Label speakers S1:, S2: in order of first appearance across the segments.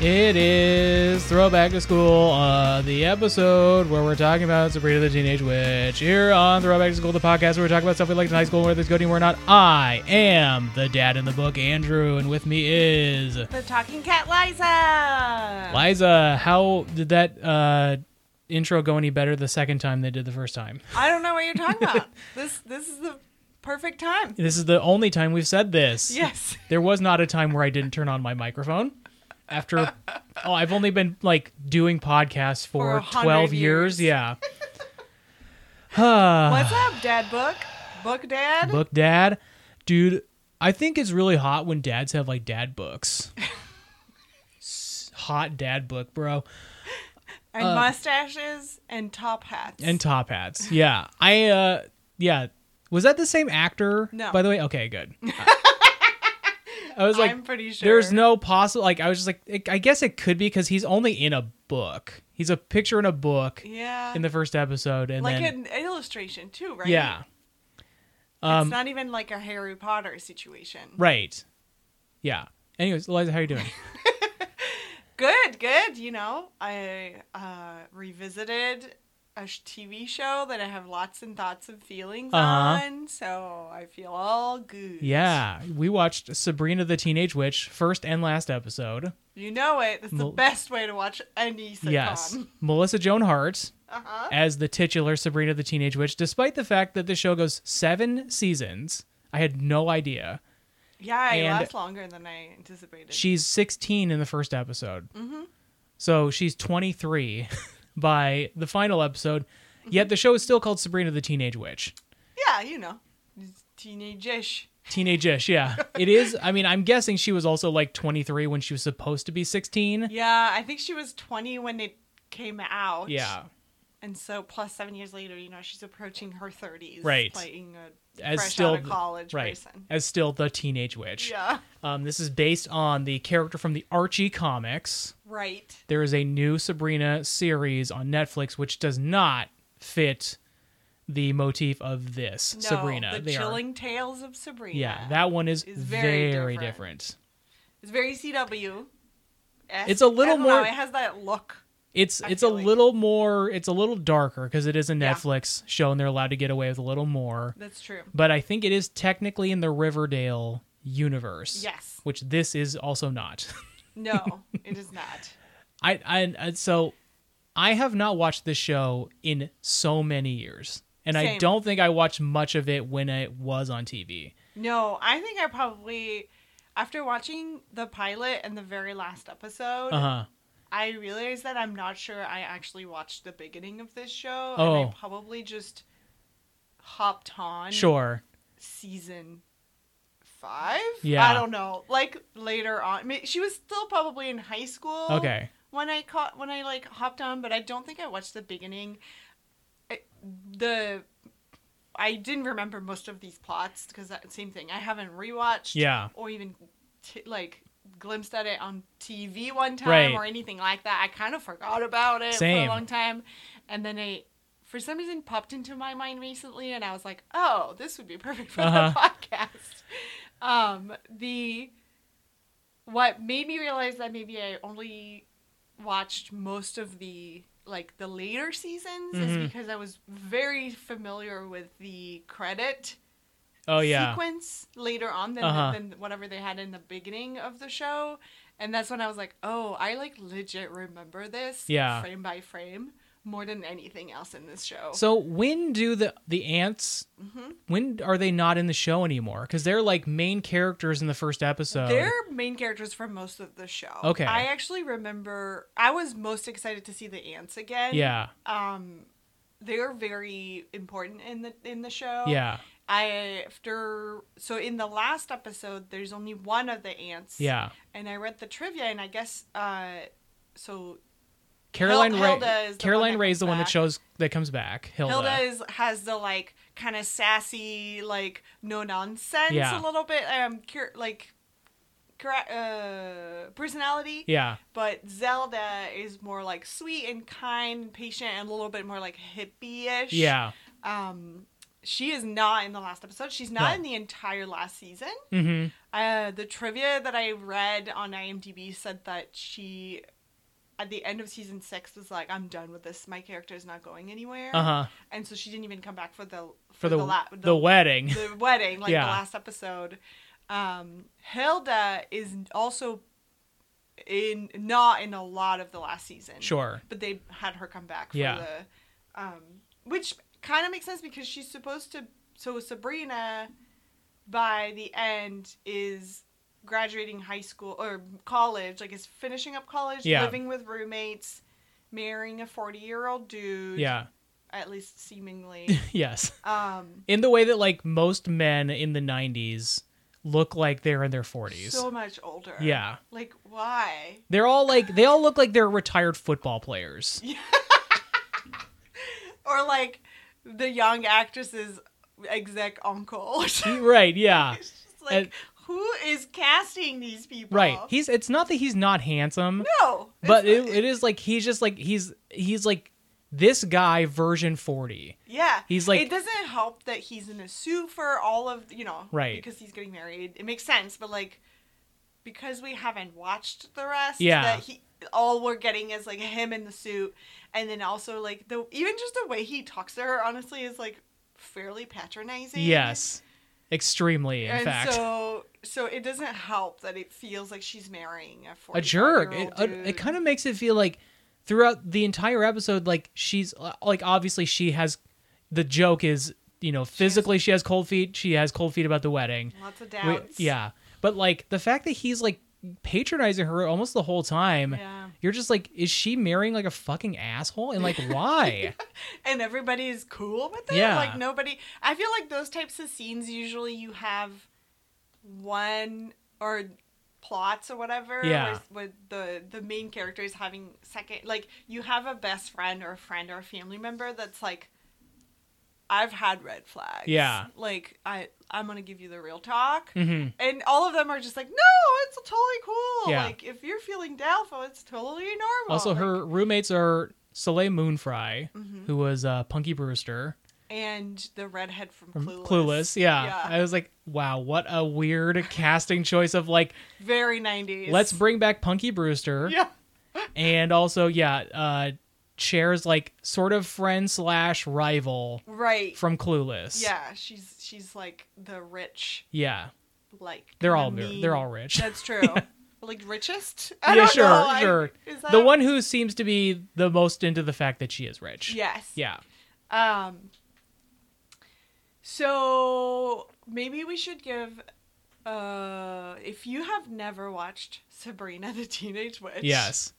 S1: It is Throwback to School, uh, the episode where we're talking about Sabrina the Teenage Witch. Here on Throwback to School, the podcast where we're talking about stuff we liked in high school, whether it's good anymore or not. I am the dad in the book, Andrew, and with me is
S2: The talking cat Liza.
S1: Liza. How did that uh, intro go any better the second time they did the first time?
S2: I don't know what you're talking about. this this is the perfect time.
S1: This is the only time we've said this.
S2: Yes.
S1: There was not a time where I didn't turn on my microphone. After, oh, I've only been like doing podcasts
S2: For
S1: for,
S2: a hundred
S1: 12 years.
S2: years.
S1: Yeah.
S2: What's up, Dad Book? Book Dad?
S1: Ah. Book dad. Dude, I think it's really hot when dads have like dad books. S- hot dad book, bro.
S2: and mustaches and top hats.
S1: And top hats. Yeah. I, uh, yeah. Was that the same actor?
S2: No.
S1: By the way, okay, good. I was like,
S2: I'm pretty sure.
S1: There's no possible. Like I was just like, it, I guess it could be because he's only in a book. He's a picture in a book
S2: Yeah.
S1: in the first episode, and
S2: like
S1: then
S2: an illustration too, right?
S1: yeah, um,
S2: it's not even like a Harry Potter situation.
S1: right, yeah. Anyways, Eliza, how you doing?
S2: Good, good. You know, I uh, revisited a sh- TV show that I have lots and thoughts and feelings
S1: Uh-huh.
S2: on, so I feel all good.
S1: yeah, we watched Sabrina the Teenage Witch first and last episode.
S2: You know it. That's the
S1: Mel-
S2: best way to watch any sitcom.
S1: Yes, Melissa Joan Hart
S2: Uh-huh.
S1: as the titular Sabrina the Teenage Witch. Despite the fact that the show goes seven seasons, I had no idea.
S2: Yeah, it
S1: And-
S2: lasts longer than I anticipated.
S1: she's 16 in the first episode.
S2: Mm-hmm.
S1: So she's 23 by the final episode.
S2: Mm-hmm.
S1: Yet the show is still called Sabrina the Teenage Witch.
S2: yeah, you know, it's teenage-ish.
S1: Teenage-ish, yeah. It is. I mean, I'm guessing she was also like 23 when she was supposed to be 16.
S2: Yeah, I think she was 20 when it came out.
S1: Yeah.
S2: And so plus 7 years later, you know, she's approaching her 30s
S1: Right.
S2: playing a
S1: As
S2: fresh
S1: still
S2: out of college
S1: right,
S2: person.
S1: As still the Teenage Witch.
S2: Yeah.
S1: Um, this is based on the character from the Archie comics.
S2: Right.
S1: There is a new Sabrina series on Netflix which does not fit the motif of this
S2: No,
S1: Sabrina.
S2: The
S1: They are-
S2: chilling tales of Sabrina.
S1: Yeah, that one is,
S2: It's
S1: very,
S2: very
S1: different.
S2: different. it's very CW.
S1: It's a little more-
S2: it has that look.
S1: It's
S2: I
S1: it's a
S2: feel like-
S1: little more it's a little darker because it is a
S2: Yeah.
S1: Netflix show and they're allowed to get away with a little more.
S2: That's true.
S1: But I think it is technically in the Riverdale universe.
S2: Yes.
S1: Which this is also not.
S2: No, it is not.
S1: I I and so I have not watched this show in so many years. And I
S2: Same.
S1: don't think I watched much of it when it was on TV.
S2: No, I think I probably after watching the pilot and the very last episode,
S1: Uh-huh.
S2: I realized that I'm not sure I actually watched the beginning of this show and
S1: Oh.
S2: I probably just hopped on
S1: Sure.
S2: season 5.
S1: Yeah.
S2: I don't know. Like later on. I mean, she was still probably in high school.
S1: Okay.
S2: When I caught when I like hopped on, but I don't think I watched the beginning. I, the I didn't remember most of these plots because that same thing. I haven't rewatched
S1: Yeah.
S2: or even t- like glimpsed at it on TV one time
S1: Right.
S2: or anything like that. I kind of forgot about it for
S1: Same.
S2: a long time, and then I, for some reason, popped into my mind recently, and I was like, "Oh, this would be perfect for
S1: Uh-huh.
S2: the podcast." Um, the what made me realize that maybe I only watched most of the like the later seasons
S1: Mhm.
S2: is because I was very familiar with the credit
S1: Oh yeah.
S2: sequence later on than,
S1: Uh-huh.
S2: than whatever they had in the beginning of the show. And that's when I was like, oh, I like legit remember this
S1: Yeah.
S2: frame by frame more than anything else in this show.
S1: So when do the the ants?
S2: Mm-hmm.
S1: When are they not in the show anymore? Because they're like main characters in the first episode.
S2: They're main characters for most of the show.
S1: Okay.
S2: I actually remember I was most excited to see the ants again.
S1: yeah,
S2: Um they're very important in the in the show.
S1: yeah,
S2: I after so in the last episode there's only one of the ants.
S1: yeah.
S2: And I read the trivia and I guess uh so
S1: Caroline
S2: Hil-
S1: Ray.
S2: Hilda is the
S1: Caroline
S2: one that
S1: Ray
S2: comes
S1: is the one that
S2: back.
S1: shows that comes back. Hilda.
S2: Hilda is, has the like kind of sassy, like no nonsense
S1: Yeah.
S2: a little bit, um, cur- like cor- uh, personality.
S1: yeah,
S2: But Zelda is more like sweet and kind, patient, and a little bit more like hippie ish.
S1: yeah.
S2: Um, she is not in the last episode. She's not
S1: No.
S2: in the entire last season.
S1: Mm-hmm.
S2: Uh, the trivia that I read on IMDb said that she, at the end of season six, was like, "I'm done with this. My character is not going anywhere."
S1: Uh huh.
S2: And so she didn't even come back for the
S1: For, the the,
S2: la-
S1: wedding.
S2: the wedding, like
S1: Yeah.
S2: the last episode. Um, Hilda is also in not in a lot of the last season.
S1: sure.
S2: But they had her come back for
S1: Yeah.
S2: the um which kind of makes sense because she's supposed to so Sabrina by the end is graduating high school or college, like is finishing up college,
S1: Yeah.
S2: living with roommates, marrying a 40-year-old dude.
S1: Yeah.
S2: At least seemingly.
S1: Yes.
S2: um
S1: In the way that like most men in the '90s look like they're in their 40s.
S2: So much older.
S1: yeah.
S2: Like why?
S1: They're all like they all look like they're retired football players.
S2: Or like the young actresses exec uncle. it's
S1: right. Yeah.
S2: just like
S1: And-
S2: who is casting these people?
S1: Right. He's it's not that he's not handsome,
S2: no. it's
S1: but it,
S2: not-
S1: it is like he's just like he's he's like this guy version 40.
S2: yeah.
S1: he's like-
S2: it doesn't help that he's in a suit for all of you know
S1: Right.
S2: because he's getting married. It makes sense, but like because we haven't watched the rest,
S1: Yeah.
S2: that he all we're getting is like him in the suit, and then also like the even just the way he talks to her honestly is like fairly patronizing.
S1: Yes. Extremely in
S2: and
S1: fact.
S2: so so it doesn't help that it feels like she's marrying a 40
S1: a jerk. It, it, it kind of makes it feel like throughout the entire episode, like she's uh, like obviously she has the joke is you know physically she has cold feet. She has cold feet about the wedding.
S2: lots of
S1: We-
S2: doubts.
S1: yeah, but like the fact that he's like patronizing her almost the whole time.
S2: Yeah.
S1: You're just like, is she marrying like a fucking asshole? And like, why?
S2: and everybody is cool with it.
S1: Yeah.
S2: Like nobody. I feel like those types of scenes usually you have one or plots or whatever.
S1: Yeah.
S2: With, with the the main character is having second. Like you have a best friend or a friend or a family member that's like. I've had red flags.
S1: Yeah.
S2: Like I, I'm gonna give you the real talk,
S1: Mhm.
S2: and all of them are just like, no, it's totally cool.
S1: Yeah.
S2: Like if you're feeling doubtful, it's totally normal.
S1: Also,
S2: Oh, Like,
S1: her roommates are Soleil Moonfry,
S2: Mhm.
S1: who was uh, Punky Brewster.
S2: and the redhead from
S1: from
S2: Clueless.
S1: Clueless. Yeah.
S2: Yeah.
S1: I was like, wow, what a weird casting choice of like,
S2: Very 90s.
S1: let's bring back Punky Brewster.
S2: Yeah.
S1: And also, yeah, uh, Cher's like sort of friend slash rival
S2: Right.
S1: from Clueless.
S2: Yeah, she's she's like the rich
S1: Yeah.
S2: like
S1: They're
S2: kinda
S1: all they're,
S2: mean-
S1: they're all rich.
S2: That's true. Like richest? I
S1: yeah,
S2: don't
S1: sure,
S2: know. I-
S1: sure.
S2: is that
S1: The one who seems to be the most into the fact that she is rich.
S2: Yes.
S1: Yeah.
S2: Um So maybe we should give uh if you have never watched Sabrina the Teenage Witch.
S1: Yes.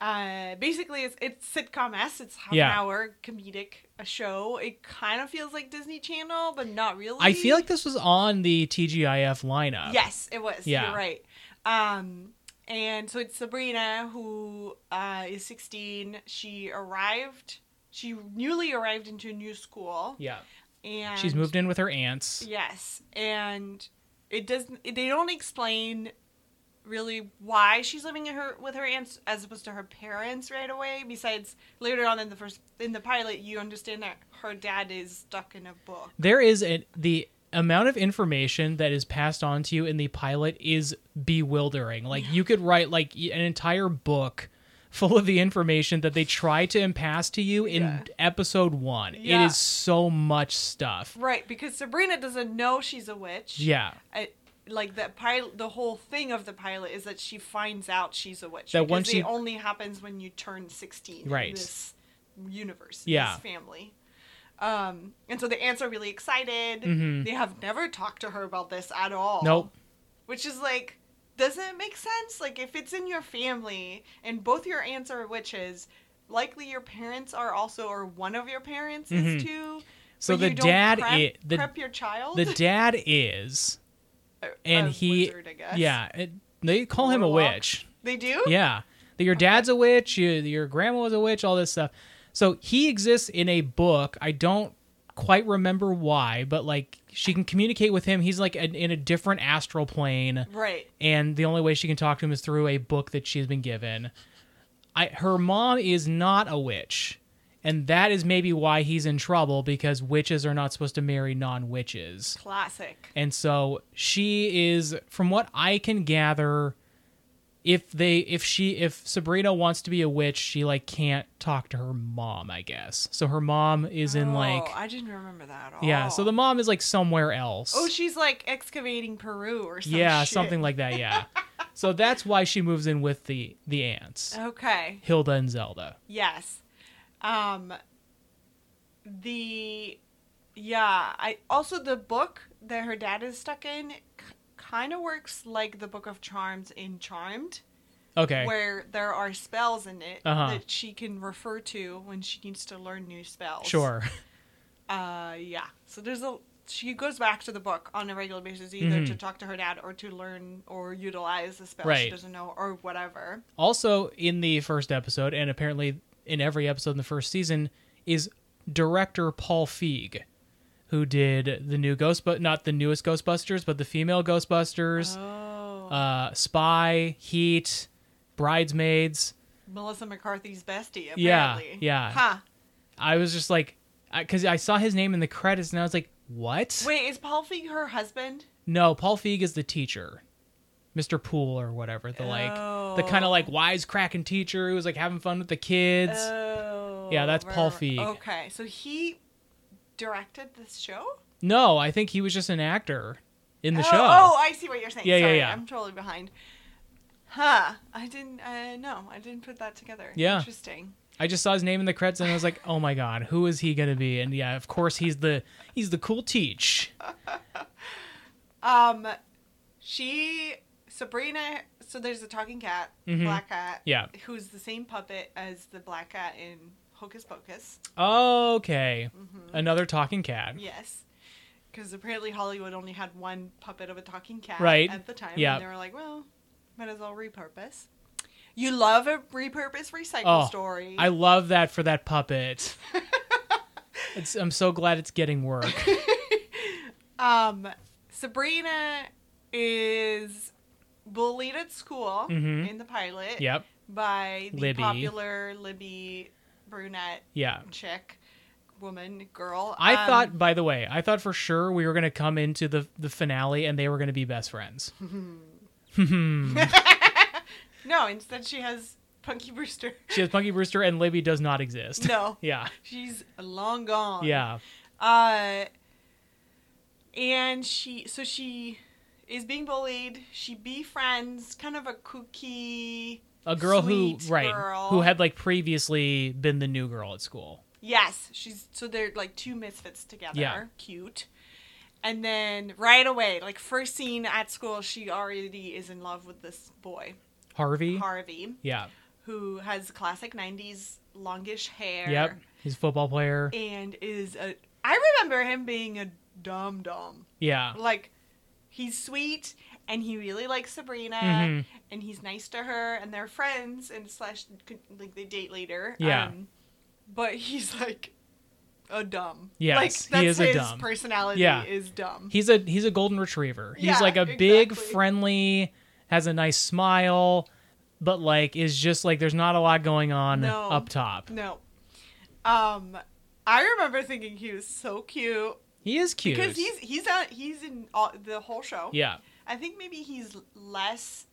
S2: uh basically it's it's sitcom s it's half
S1: Yeah.
S2: an hour comedic a show it kind of feels like disney channel but not really
S1: I feel like this was on the TGIF lineup.
S2: yes it was
S1: Yeah.
S2: you're right um and so it's sabrina who uh is 16 she arrived she newly arrived into a new school
S1: Yeah.
S2: and
S1: She's moved in with her aunts.
S2: Yes, and it doesn't. They don't explain really why she's living in her with her aunts as opposed to her parents right away. Besides, later on in the first in the pilot, you understand that her dad is stuck in a book.
S1: there is an, the amount of information that is passed on to you in the pilot is bewildering like you could write like y- an entire book full of the information that they try to impass to you in
S2: Yeah.
S1: episode one
S2: Yeah.
S1: it is so much stuff
S2: Right, because Sabrina doesn't know she's a witch.
S1: yeah
S2: I, like the pilot, the whole thing of the pilot is that she finds out she's a witch.
S1: That
S2: because
S1: once
S2: it
S1: she-
S2: only happens when you turn sixteen.
S1: Right.
S2: In this universe. Yeah.
S1: Yeah.
S2: This family. Um, and so the ants are really excited.
S1: Mhm.
S2: They have never talked to her about this at all.
S1: nope
S2: Which is like, doesn't it make sense? Like, if it's in your family and both your aunts are witches, likely your parents are also, or one of your parents
S1: Mhm.
S2: is too.
S1: So
S2: but
S1: the
S2: you don't
S1: dad
S2: prep,
S1: i- the-
S2: prep your child.
S1: the dad is
S2: A-
S1: and
S2: a
S1: he-
S2: wizard, I guess.
S1: yeah it, they call him a
S2: Warlock.
S1: witch
S2: They do?
S1: yeah that your dad's a witch you, your grandma was a witch all this stuff so he exists in a book i don't quite remember why but like she can communicate with him he's like in in a different astral plane
S2: Right.
S1: and the only way she can talk to him is through a book that she's been given I, her mom is not a witch And that is maybe why he's in trouble because witches are not supposed to marry non witches.
S2: Classic.
S1: And so she is, from what I can gather, if they if she if Sabrina wants to be a witch, she like can't talk to her mom, I guess. So her mom is in like
S2: Oh, I didn't remember that at all.
S1: Yeah, so the mom is like somewhere else.
S2: Oh, she's like excavating Peru or something.
S1: yeah, something like that, yeah. so that's why she moves in with the the
S2: Oh.
S1: ants.
S2: Okay.
S1: Hilda and Zelda.
S2: Yes. Um the yeah, I also the book that her dad is stuck in k- kind of works like the book of charms in Charmed
S1: Okay.
S2: where there are spells in it
S1: Uh-huh.
S2: that she can refer to when she needs to learn new spells.
S1: Sure.
S2: Uh yeah. So there's a she goes back to the book on a regular basis either
S1: Mhm.
S2: to talk to her dad or to learn or utilize the spell
S1: Right.
S2: she doesn't know or whatever.
S1: also in the first episode and apparently in every episode in the first season is director paul feig who did the new ghost but not the newest ghostbusters but the female ghostbusters
S2: Oh.
S1: uh, spy heat bridesmaids
S2: Melissa McCarthy's bestie,
S1: Yeah,
S2: apparently.
S1: yeah.
S2: Huh.
S1: i was just like because I, saw his name in the credits and i was like what
S2: Wait, is Paul Feig her husband?
S1: no paul feig is the teacher mr poole or whatever the like the kind
S2: Oh.
S1: of like wisecracking teacher who was like having fun with the kids
S2: Oh.
S1: Yeah, that's Paul
S2: right, right.
S1: Feig.
S2: Okay, so he directed this show?
S1: no i think he was just an actor in the
S2: oh,
S1: show
S2: Oh, I see what you're saying.
S1: Yeah, yeah,
S2: Sorry,
S1: yeah.
S2: I'm totally behind. Huh. I didn't, uh, no, I didn't put that together.
S1: Yeah.
S2: Interesting.
S1: I just saw his name in the credits and I was like, "Oh my god, who is he going to be?" And yeah, of course he's the he's the cool teach.
S2: Um, she, Sabrina, so there's a talking cat,
S1: Mhm.
S2: black cat,
S1: Yeah.
S2: who's the same puppet as the black cat in Hocus Pocus.
S1: Okay.
S2: Mm-hmm.
S1: Another talking cat.
S2: Yes. Because apparently Hollywood only had one puppet of a talking cat
S1: Right.
S2: at the time.
S1: Yeah.
S2: And they were like, well, might as well repurpose. You love a repurpose recycle
S1: Oh,
S2: story.
S1: I love that for that puppet. it's, I'm so glad it's getting work.
S2: um, Sabrina is bullied at school
S1: Mhm.
S2: in the pilot
S1: Yep.
S2: by the
S1: Libby.
S2: popular Libby brunette
S1: Yeah.
S2: chick, woman, girl.
S1: I
S2: Um,
S1: thought by the way, I thought for sure we were going to come into the the finale and they were going to be best friends. Hmm.
S2: No, instead she has Punky Brewster.
S1: she has Punky Brewster and Libby does not exist.
S2: no,
S1: yeah.
S2: she's long gone.
S1: Yeah.
S2: Uh, and she, so she is being bullied. She befriends kind of a kooky.
S1: A girl
S2: Sweet
S1: who right
S2: girl.
S1: who had like previously been the new girl at school.
S2: Yes, she's so they're like two misfits together.
S1: Yeah.
S2: Cute. And then right away, like first scene at school, she already is in love with this boy,
S1: Harvey.
S2: Harvey,
S1: yeah.
S2: who has classic 90s longish hair.
S1: Yep. He's a football player.
S2: And is a. I remember him being a dum dum.
S1: Yeah.
S2: like he's sweet and he really likes Sabrina
S1: Mhm.
S2: and he's nice to her and they're friends and slash like they date later.
S1: Yeah.
S2: Um, but he's like a dumb.
S1: Yes,
S2: like, that's
S1: he is a
S2: his
S1: dumb.
S2: personality
S1: Yeah.
S2: is dumb.
S1: He's a he's a golden retriever. He's
S2: Yeah,
S1: like a big,
S2: exactly.
S1: friendly, has a nice smile, but like is just like there's not a lot going on
S2: No.
S1: up top.
S2: no. Um I remember thinking he was so cute
S1: He is cute.
S2: because he's he's on he's in all, the whole show.
S1: yeah.
S2: I think maybe he's less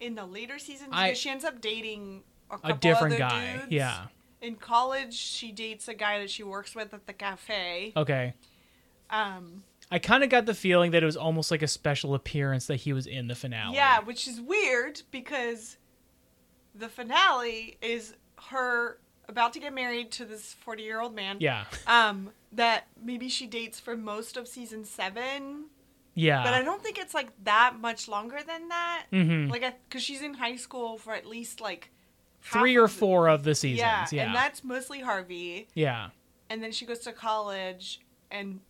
S2: in the later seasons
S1: I-
S2: because she ends up dating a,
S1: A
S2: couple
S1: different
S2: other
S1: guy.
S2: dudes.
S1: Yeah.
S2: in college she dates a guy that she works with at the cafe
S1: Okay.
S2: um
S1: I kind of got the feeling that it was almost like a special appearance that he was in the finale.
S2: yeah which is weird because the finale is her about to get married to this 40 year old man
S1: Yeah.
S2: um that maybe she dates for most of season seven
S1: Yeah.
S2: but i don't think it's like that much longer than that
S1: Mhm.
S2: like because she's in high school for at least like half
S1: Three or
S2: of the-
S1: four of the seasons.
S2: yeah,
S1: Yeah.
S2: and that's mostly harvey
S1: yeah.
S2: and then she goes to college and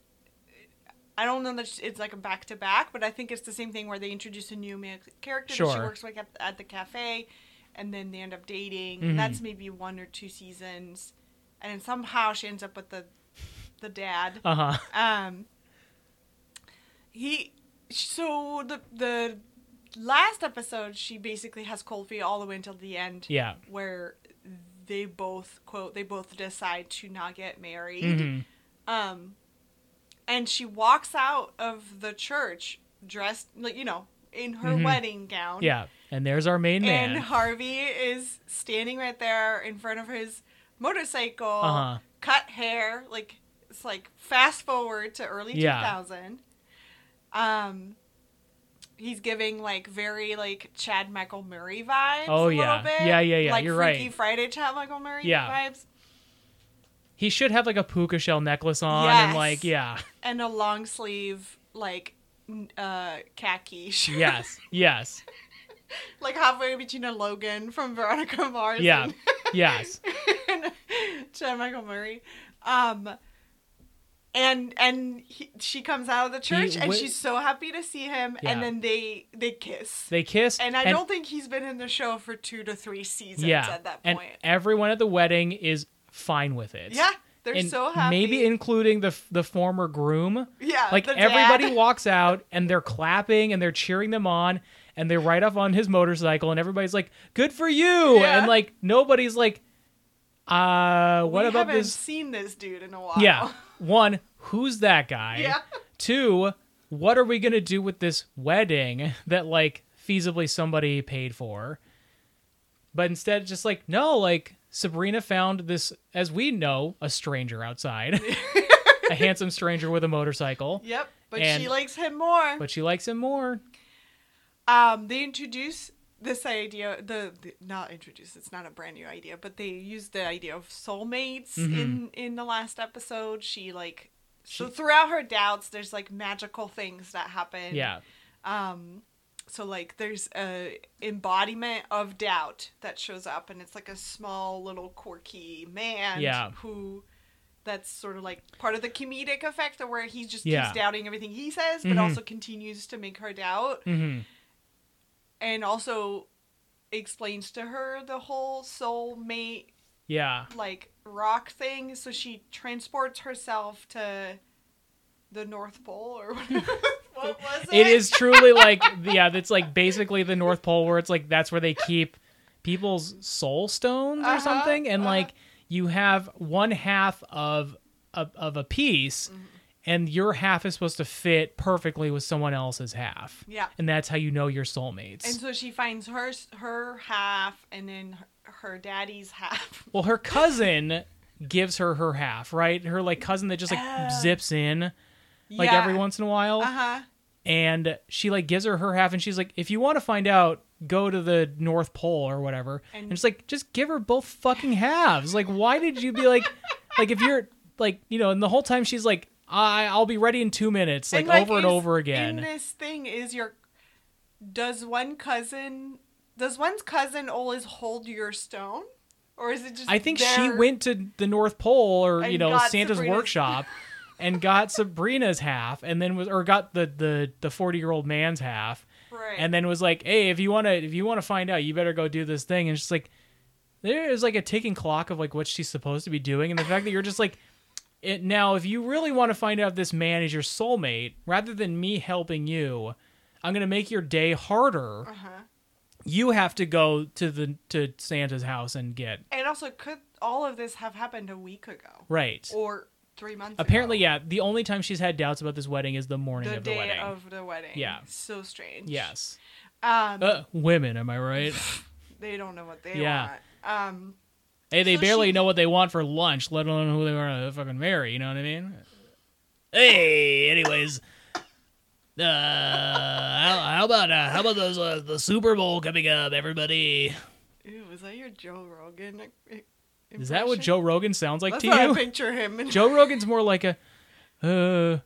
S2: I don't know that it's like a back to back, but I think it's the same thing where they introduce a new ma- character that she
S1: Sure.
S2: works with at, at the cafe, and then they end up dating.
S1: Mhm.
S2: And that's maybe one or two seasons, and then somehow she ends up with the the dad.
S1: Uh-huh.
S2: Um, he so the the last episode she basically has cold feet all the way until the end
S1: Yeah.
S2: where they both quote they both decide to not get married.
S1: Mhm.
S2: Um, and she walks out of the church dressed like you know in her
S1: Mhm.
S2: wedding gown.
S1: Yeah. And there's our main man.
S2: And Harvey is standing right there in front of his motorcycle,
S1: Uh-huh.
S2: cut hair. Like it's like fast forward to early
S1: Yeah.
S2: 2000. Um, he's giving like very like Chad Michael Murray vibes.
S1: Oh,
S2: a
S1: yeah.
S2: little bit.
S1: Yeah, yeah, yeah,
S2: Like
S1: you're
S2: Freaky
S1: right.
S2: Friday Chad Michael Murray
S1: Yeah.
S2: vibes,
S1: he should have like a puka shell necklace on and
S2: Yes.
S1: like yeah.
S2: and a long sleeve like n- uh khaki shirt.
S1: Yes. Yes.
S2: like halfway between a Logan from Veronica Mars.
S1: Yeah.
S2: and-
S1: Yes.
S2: and Chad Michael Murray. Um, and and he, she comes out of the church and
S1: wi-
S2: she's so happy to see him,
S1: Yeah.
S2: and then they they kiss.
S1: They kiss.
S2: and I don't think he's been in the show for two to three seasons
S1: yeah,
S2: at that
S1: and
S2: point.
S1: everyone at the wedding is fine with it.
S2: yeah, they're
S1: And
S2: so happy.
S1: Maybe including the the former groom.
S2: yeah,
S1: like
S2: the dad.
S1: everybody walks out and they're clapping and they're cheering them on and they ride off on his motorcycle and everybody's like good for you
S2: Yeah.
S1: and like nobody's like uh what
S2: we
S1: about
S2: haven't
S1: this
S2: Seen this dude in a while.
S1: yeah one who's that guy
S2: Yeah.
S1: two what are we going to do with this wedding that like feasibly somebody paid for but instead it's just like no like sabrina found this as we know a stranger outside a handsome stranger with a motorcycle
S2: Yep. But
S1: And-
S2: she likes him more.
S1: but she likes him more.
S2: um, they introduce this idea the, the not introduce it's not a brand new idea but they use the idea of soulmates in in the last episode she like so throughout her doubts there's like magical things that happen
S1: Yeah.
S2: um so like there's a embodiment of doubt that shows up and it's like a small little quirky man
S1: Yeah.
S2: who that's sort of like part of the comedic effect of where he just
S1: Yeah.
S2: keeps doubting everything he says but
S1: Mhm.
S2: also continues to make her doubt
S1: hmm
S2: and also explains to her the whole soulmate
S1: Yeah.
S2: like rock thing so she transports herself to the north pole or whatever what was it
S1: It is truly like yeah, that's like basically the North Pole where it's like that's where they keep people's soul stones or
S2: Uh-huh,
S1: something and
S2: uh-huh.
S1: like you have one half of of, of a piece
S2: Mm-hmm.
S1: and your half is supposed to fit perfectly with someone else's half.
S2: yeah
S1: And that's how you know your soulmates.
S2: and so she finds her her half and then her, her daddy's half
S1: well, her cousin gives her her half, right? Her like cousin that just like
S2: Ah.
S1: zips in like
S2: Yeah.
S1: every once in a while.
S2: uh-huh
S1: and she like gives her her half and she's like if you want to find out go to the north pole or whatever and,
S2: And-
S1: it's like just give her both fucking halves like why did you be like like if you're like you know and the whole time she's like I, i'll be ready in two minutes like,
S2: And,
S1: over and
S2: is-
S1: over
S2: in
S1: again
S2: this thing is your does one cousin does one's cousin always hold your stone or is it just
S1: i think she
S2: their-
S1: went to the north pole or you
S2: And
S1: know
S2: got
S1: santa's
S2: Sabrina's-
S1: workshop and got sabrina's half and then was or got the the the 40 year old man's half
S2: right.
S1: and then was like, "Hey, if you want to, if you want to find out, you better go do this thing." And she's like, there is like a ticking clock of like what she's supposed to be doing, and the fact that you're just like, it, now if you really want to find out if this man is your soulmate, rather than me helping you, I'm gonna make your day harder.
S2: uh-huh.
S1: You have to go to the to Santa's house and get
S2: And also, could all of this have happened a week ago
S1: right.
S2: or three months?
S1: Apparently,
S2: ago?
S1: yeah. The only time she's had doubts about this wedding is the morning
S2: The
S1: of the
S2: day
S1: wedding.
S2: of the wedding.
S1: Yeah.
S2: So strange.
S1: yes,
S2: Um,
S1: uh, women. Am I right?
S2: they don't know what they
S1: Yeah.
S2: want. Um,
S1: Hey, they
S2: So
S1: barely
S2: she-
S1: know what they want for lunch, let alone who they want to fucking marry. You know what I mean? Hey, anyways, uh, how, how about uh, how about those uh, the Super Bowl coming up, everybody?
S2: ew, was that your Joe Rogan? i- i-
S1: Is that what
S2: impression?
S1: Joe Rogan sounds like
S2: That's
S1: to
S2: what I
S1: you?
S2: picture him. In.
S1: Joe Rogan's more like a, uh.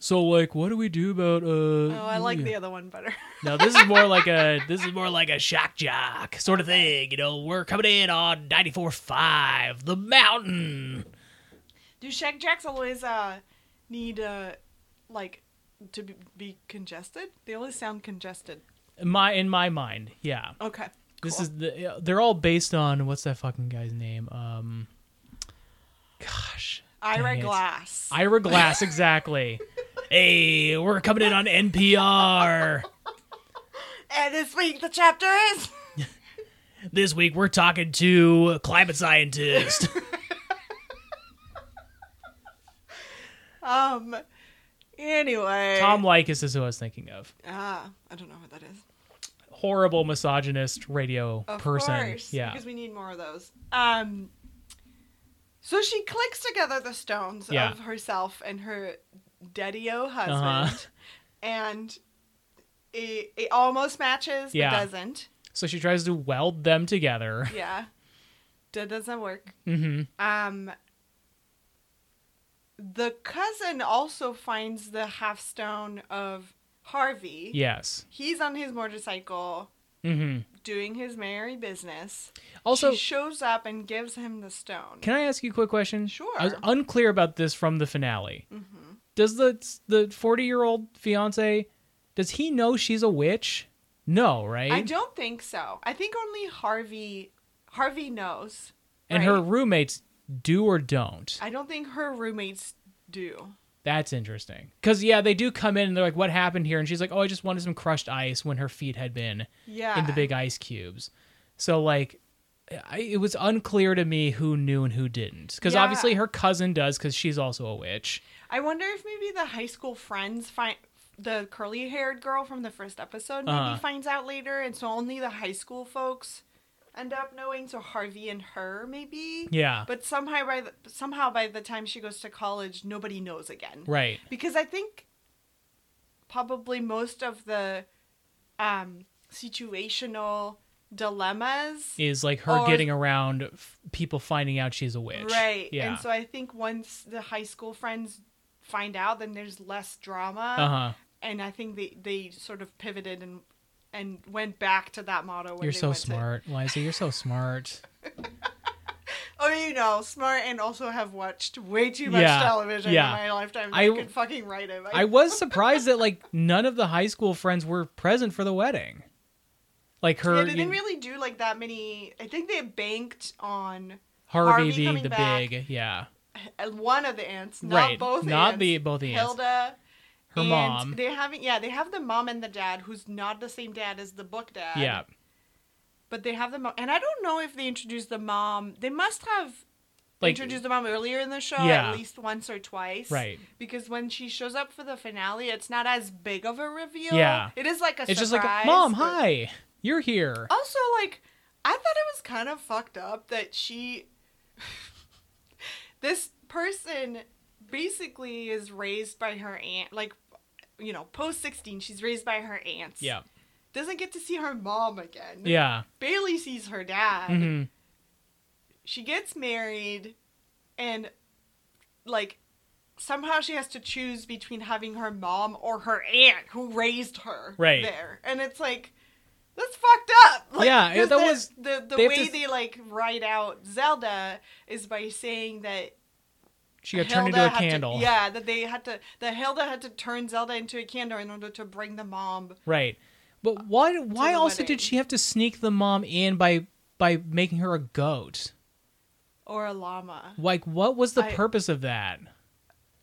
S1: So like, what do we do about uh?
S2: Oh, I like the other one better.
S1: No, this is more like a this is more like a shock jock sort of thing. You know, we're coming in on ninety four five, the mountain.
S2: Do Shaq Jacks always uh need uh like to be, be congested? They always sound congested.
S1: In my in my mind, yeah.
S2: Okay.
S1: This
S2: cool.
S1: is the they're all based on what's that fucking guy's name? Um gosh.
S2: Ira
S1: dang it.
S2: Glass.
S1: Ira Glass exactly. hey, we're coming in on NPR.
S2: and this week the chapter is
S1: This week we're talking to a climate scientist.
S2: Um. Anyway.
S1: Tom Likas is who I was thinking of.
S2: Ah, I don't know what that is.
S1: Horrible misogynist radio
S2: Of
S1: person.
S2: course.
S1: yeah.
S2: Because we need more of those. Um. So she clicks together the stones
S1: Yeah.
S2: of herself and her daddy-o husband,
S1: Uh-huh.
S2: and it, it almost matches,
S1: Yeah.
S2: but doesn't.
S1: So she tries to weld them together.
S2: Yeah. That doesn't work.
S1: hmm
S2: Um, the cousin also finds the half stone of Harvey.
S1: Yes.
S2: He's on his motorcycle
S1: hmm
S2: doing his merry business.
S1: Also,
S2: she shows up and gives him the stone.
S1: can I ask you a quick question?
S2: Sure.
S1: I was unclear about this from the finale.
S2: Mhm.
S1: Does the the forty year old fiance does he know she's a witch? No, right?
S2: I don't think so. I think only Harvey Harvey knows.
S1: and
S2: right?
S1: her roommates do or don't.
S2: I don't think her roommates do.
S1: That's interesting. Because, yeah, they do come in and they're like, what happened here? And she's like, oh, I just wanted some crushed ice when her feet had been
S2: Yeah.
S1: in the big ice cubes. So, like, I, it was unclear to me who knew and who didn't. Because
S2: Yeah.
S1: obviously her cousin does because she's also a witch.
S2: I wonder if maybe the high school friends find the curly haired girl from the first episode maybe
S1: Uh-huh.
S2: finds out later, and so only the high school folks end up knowing. So Harvey and her maybe.
S1: Yeah.
S2: But somehow by the, somehow by the time she goes to college, nobody knows again.
S1: right.
S2: Because I think probably most of the um, situational dilemmas.
S1: Is like her
S2: Or-
S1: getting around f- people finding out she's a witch.
S2: Right.
S1: Yeah.
S2: And so I think once the high school friends find out, then there's less drama.
S1: uh huh.
S2: and I think they they sort of pivoted and and went back to that motto. When
S1: You're
S2: they
S1: so
S2: went to-
S1: smart, Liza. You're so smart.
S2: oh, you know, smart, and also have watched way too much
S1: Yeah,
S2: television
S1: yeah.
S2: in my lifetime.
S1: I-
S2: I, could fucking write it.
S1: I was surprised that like none of the high school friends were present for the wedding. Like her,
S2: yeah, they didn't
S1: you-
S2: really do like that many. I think they banked on
S1: Harvey,
S2: Harvey
S1: being
S2: coming
S1: the
S2: back.
S1: big, yeah,
S2: uh, one of the aunts, not
S1: right,
S2: both,
S1: not
S2: aunts,
S1: the both the aunts,
S2: Hilda.
S1: her
S2: and
S1: mom,
S2: They haven't. Yeah, they have the mom and the dad, who's not the same dad as the book dad.
S1: yeah,
S2: but they have the mom, and I don't know if they introduced the mom. They must have
S1: like
S2: introduced the mom earlier in the show
S1: Yeah.
S2: at least once or twice.
S1: right.
S2: Because when she shows up for the finale, it's not as big of a reveal.
S1: Yeah.
S2: It is like a
S1: It's
S2: surprise.
S1: just like, mom,
S2: but-
S1: hi, you're here.
S2: Also, like, I thought it was kind of fucked up that she. this person basically is raised by her aunt. Like, you know, post 16, she's raised by her aunts.
S1: Yeah,
S2: Doesn't get to see her mom again.
S1: yeah,
S2: Bailey sees her dad
S1: hmm
S2: she gets married and like somehow she has to choose between having her mom or her aunt who raised her
S1: Right.
S2: there and it's like that's fucked up like,
S1: Yeah,
S2: because
S1: that
S2: the-
S1: was-
S2: the, the
S1: they have
S2: way
S1: to-
S2: they like write out zelda is by saying that
S1: she got turned into a
S2: Hilda had to-
S1: candle.
S2: yeah that they had to that hilda had to turn zelda into a candle in order to bring the mom
S1: right. But why? Why
S2: the
S1: also
S2: wedding.
S1: did she have to sneak the mom in by by making her a goat?
S2: or a llama
S1: Like, what was the
S2: I-
S1: purpose of that?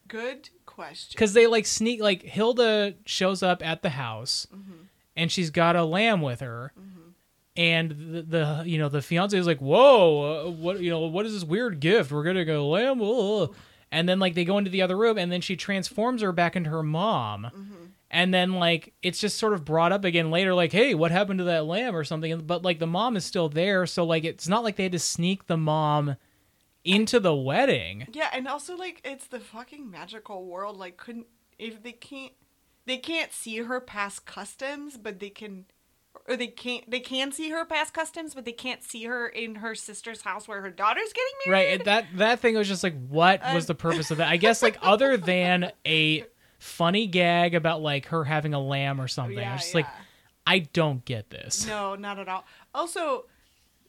S2: good question
S1: because they like sneak like hilda shows up at the house and she's got a lamb with her and the, the you know the fiance is like whoa uh, what you know what is this weird gift we're gonna go lamb ugh." and then like they go into the other room and then she transforms her back into her mom and then like it's just sort of brought up again later like hey what happened to that lamb or something but like the mom is still there so like it's not like they had to sneak the mom into the wedding
S2: Yeah, and also like it's the fucking magical world. Like, couldn't if they can't they can't see her past customs, but they can, or they can't they can see her past customs, but they can't see her in her sister's house where her daughter's getting married.
S1: right and that that thing was just like what
S2: Um,
S1: was the purpose of that i guess like other than a funny gag about like her having a lamb or something i was just like i don't get this
S2: no, not at all. Also,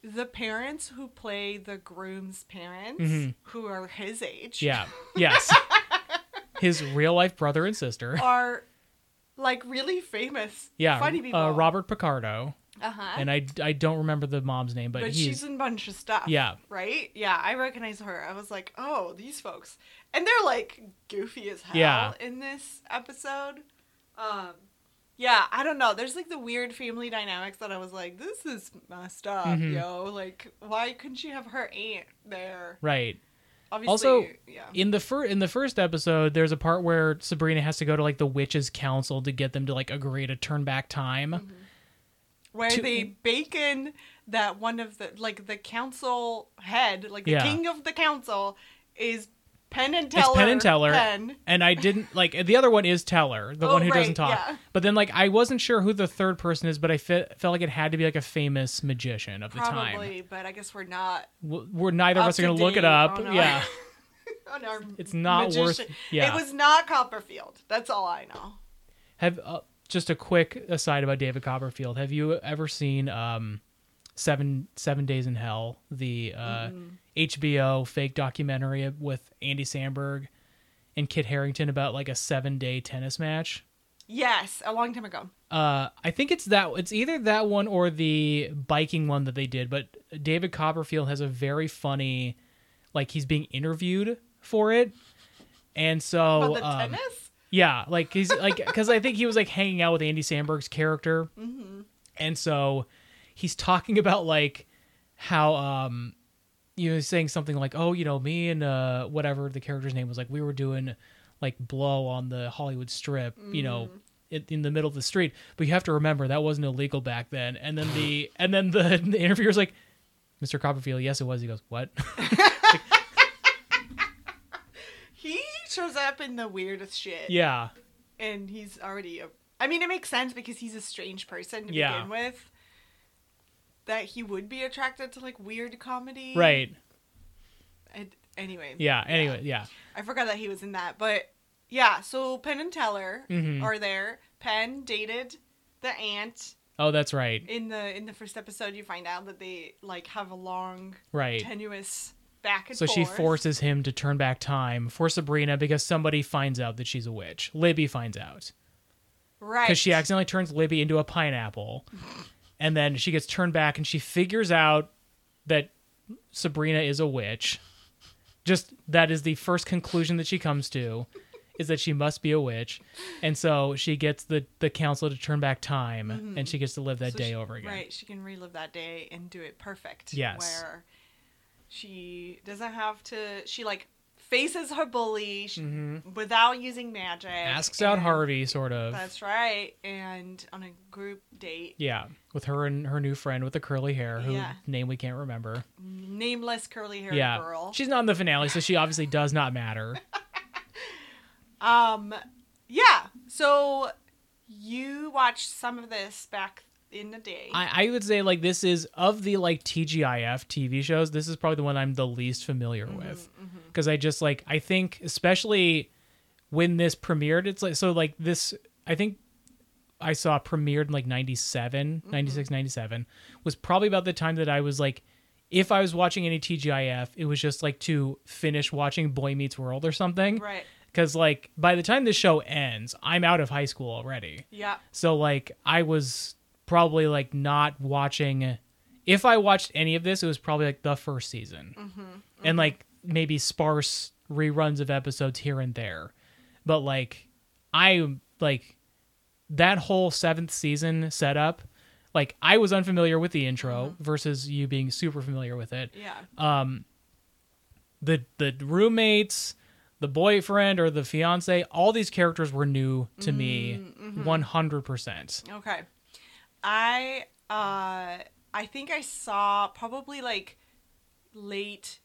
S2: the parents who play the groom's parents,
S1: Mhm.
S2: who are his age,
S1: yeah yes his real life brother and sister
S2: are like really famous.
S1: yeah
S2: Oh, funny people.
S1: Uh, robert picardo
S2: uh huh.
S1: and i i don't remember the mom's name but,
S2: but
S1: he's
S2: she's in a bunch of stuff.
S1: Yeah.
S2: Right? Yeah, I recognize her. I was like, oh, these folks. And they're like goofy as hell
S1: Yeah.
S2: in this episode. Um, Yeah, I don't know. There's like the weird family dynamics that I was like, this is messed up,
S1: Mhm.
S2: yo. Like, why couldn't you have her aunt there?
S1: Right.
S2: Obviously,
S1: Also,
S2: yeah.
S1: In the fir- in the first episode, there's a part where Sabrina has to go to like the witches' council to get them to like agree to turn back time.
S2: Where
S1: to-
S2: they bacon that one of the like the council head, like the
S1: Yeah.
S2: king of the council, is Penn and
S1: It's
S2: Teller.
S1: Penn and Teller.
S2: Penn.
S1: And I didn't like the other one is Teller, the
S2: Oh,
S1: one who doesn't
S2: right,
S1: talk.
S2: yeah.
S1: But then like I wasn't sure who the third person is, but I fe- felt like it had to be like a famous magician of the time.
S2: Probably, but I guess we're not.
S1: W- We're neither of
S2: up
S1: us are going
S2: to
S1: to look it
S2: date
S1: up.
S2: on our-
S1: Yeah.
S2: on oh, our
S1: It's not worth-
S2: magician.
S1: yeah.
S2: It was not Copperfield. That's all I know.
S1: Have uh, just a quick aside about David Copperfield. Have you ever seen um, Seven Seven Days in Hell, the uh,
S2: Mm-hmm.
S1: HBO fake documentary with Andy Samberg and Kit Harrington about like a seven day tennis match?
S2: Yes, a long time ago.
S1: Uh, I think it's that it's either that one or the biking one that they did. But David Copperfield has a very funny, like he's being interviewed for it, and so
S2: About the
S1: um,
S2: tennis.
S1: yeah, like he's like because I think he was like hanging out with Andy Samberg's character, and so he's talking about like how um you know he's saying something like oh you know me and uh whatever the character's name was like we were doing like blow on the Hollywood Strip you know in, in the middle of the street but you have to remember that wasn't illegal back then and then the and then the, the interviewer's like Mr Copperfield yes it was he goes what
S2: He shows up in the weirdest shit.
S1: yeah
S2: and he's already a I mean it makes sense because he's a strange person to
S1: Yeah.
S2: begin with that he would be attracted to like weird comedy
S1: right
S2: and, anyway
S1: yeah anyway yeah
S2: I forgot that he was in that but yeah so Penn and Teller
S1: Mhm.
S2: are there Penn dated the aunt
S1: oh that's right
S2: in the in the first episode you find out that they like have a long
S1: right
S2: tenuous back and
S1: So
S2: forth
S1: she forces him to turn back time for Sabrina because somebody finds out that she's a witch. Libby finds out
S2: right
S1: because she accidentally turns Libby into a pineapple, and then she gets turned back and she figures out that Sabrina is a witch. Just that is the first conclusion that she comes to, is that she must be a witch, and so she gets the the council to turn back time, and she gets to live that
S2: Mm-hmm. So
S1: day
S2: she-
S1: over again.
S2: Right, she can relive that day and do it perfect.
S1: Yes.
S2: Where she doesn't have to. She like faces her bully sh without using magic.
S1: Mm-hmm. Asks out
S2: and-
S1: Harvey, sort of.
S2: That's right, and on a group date,
S1: Yeah, with her and her new friend with the curly hair, whose
S2: Yeah.
S1: name we can't remember.
S2: nameless curly haired
S1: yeah,
S2: girl.
S1: she's not in the finale, so she obviously does not matter.
S2: Um, yeah. So you watched some of this back in the day.
S1: I, I would say like this is of the like TGIF TV shows, this is probably the one I'm the least familiar with because I just like I think especially when this premiered, it's like so like this I think I saw premiered in like 97, 96, 97 was probably about the time that I was like if I was watching any TGIF, it was just like to finish watching Boy Meets World or something.
S2: right.
S1: Cause like by the time this show ends, I'm out of high school already.
S2: Yeah.
S1: So like I was probably like not watching. If I watched any of this, it was probably like the first season, and like maybe sparse reruns of episodes here and there. But like I like that whole seventh season setup. Like I was unfamiliar with the intro versus you being super familiar with it
S2: Yeah.
S1: the the roommates, the boyfriend or the fiance, all these characters were new to me 100%.
S2: Okay. I uh I think I saw probably like late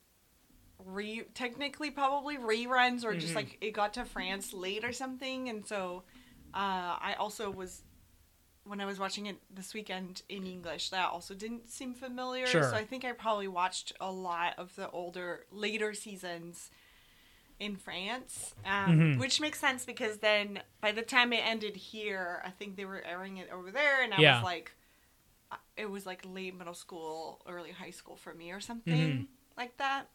S2: re technically probably reruns or just like it got to France late or something and so uh I also was when I was watching it this weekend in English that also didn't seem familiar
S1: Sure.
S2: so I think I probably watched a lot of the older later seasons in France, um,
S1: Mhm.
S2: which makes sense because then by the time it ended here, I think they were airing it over there, and I
S1: Yeah.
S2: was like, I- it was like late middle school, early high school for
S1: Mm-hmm.
S2: me, or something like that.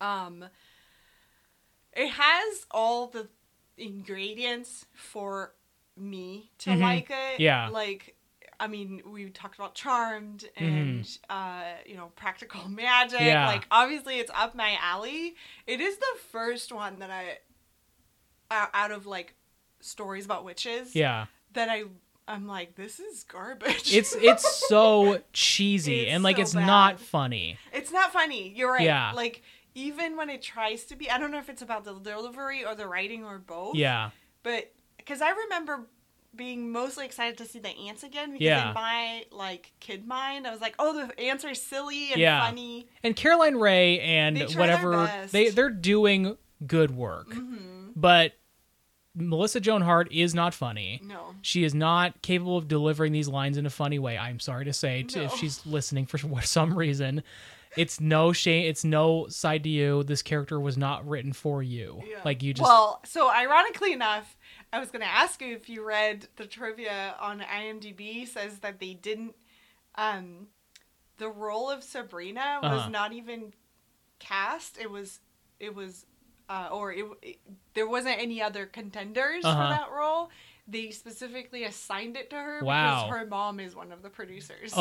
S2: Um, it has all the ingredients for me to
S1: Mhm.
S2: like it.
S1: Yeah. Mm-hmm.
S2: like. I mean, we talked about Charmed and uh, you know Practical Magic.
S1: Yeah.
S2: Like, obviously, it's up my alley. It is the first one that I o- out of like stories about witches
S1: Yeah.
S2: that I I'm like this is garbage.
S1: It's it's so cheesy
S2: It's
S1: and like
S2: so
S1: it's
S2: bad.
S1: not funny.
S2: It's not funny. You're right.
S1: Yeah.
S2: Like even when it tries to be, I don't know if it's about the delivery or the writing or both.
S1: Yeah.
S2: But because I remember being mostly excited to see the ants again because
S1: Yeah.
S2: in my like kid mind, I was like, oh, the ants are silly and
S1: Yeah.
S2: funny.
S1: And Caroline Ray and
S2: They try their
S1: whatever
S2: best. Mm-hmm.
S1: they they're doing good work. But Melissa Joan Hart is not funny.
S2: No.
S1: She is not capable of delivering these lines in a funny way. I'm sorry to say, t- if
S2: No.
S1: she's listening for some reason, it's no shame. It's no side to you. This character was not written for you.
S2: Yeah.
S1: Like you just
S2: Well, so ironically enough, I was going to ask you if you read the trivia on IMDb says that they didn't. Um, the role of Sabrina was
S1: Uh-huh.
S2: not even cast. It was, it was, uh, or it, it- there wasn't any other contenders
S1: Uh-huh.
S2: for that role. They specifically assigned it to her
S1: Wow.
S2: because her mom is one of the producers.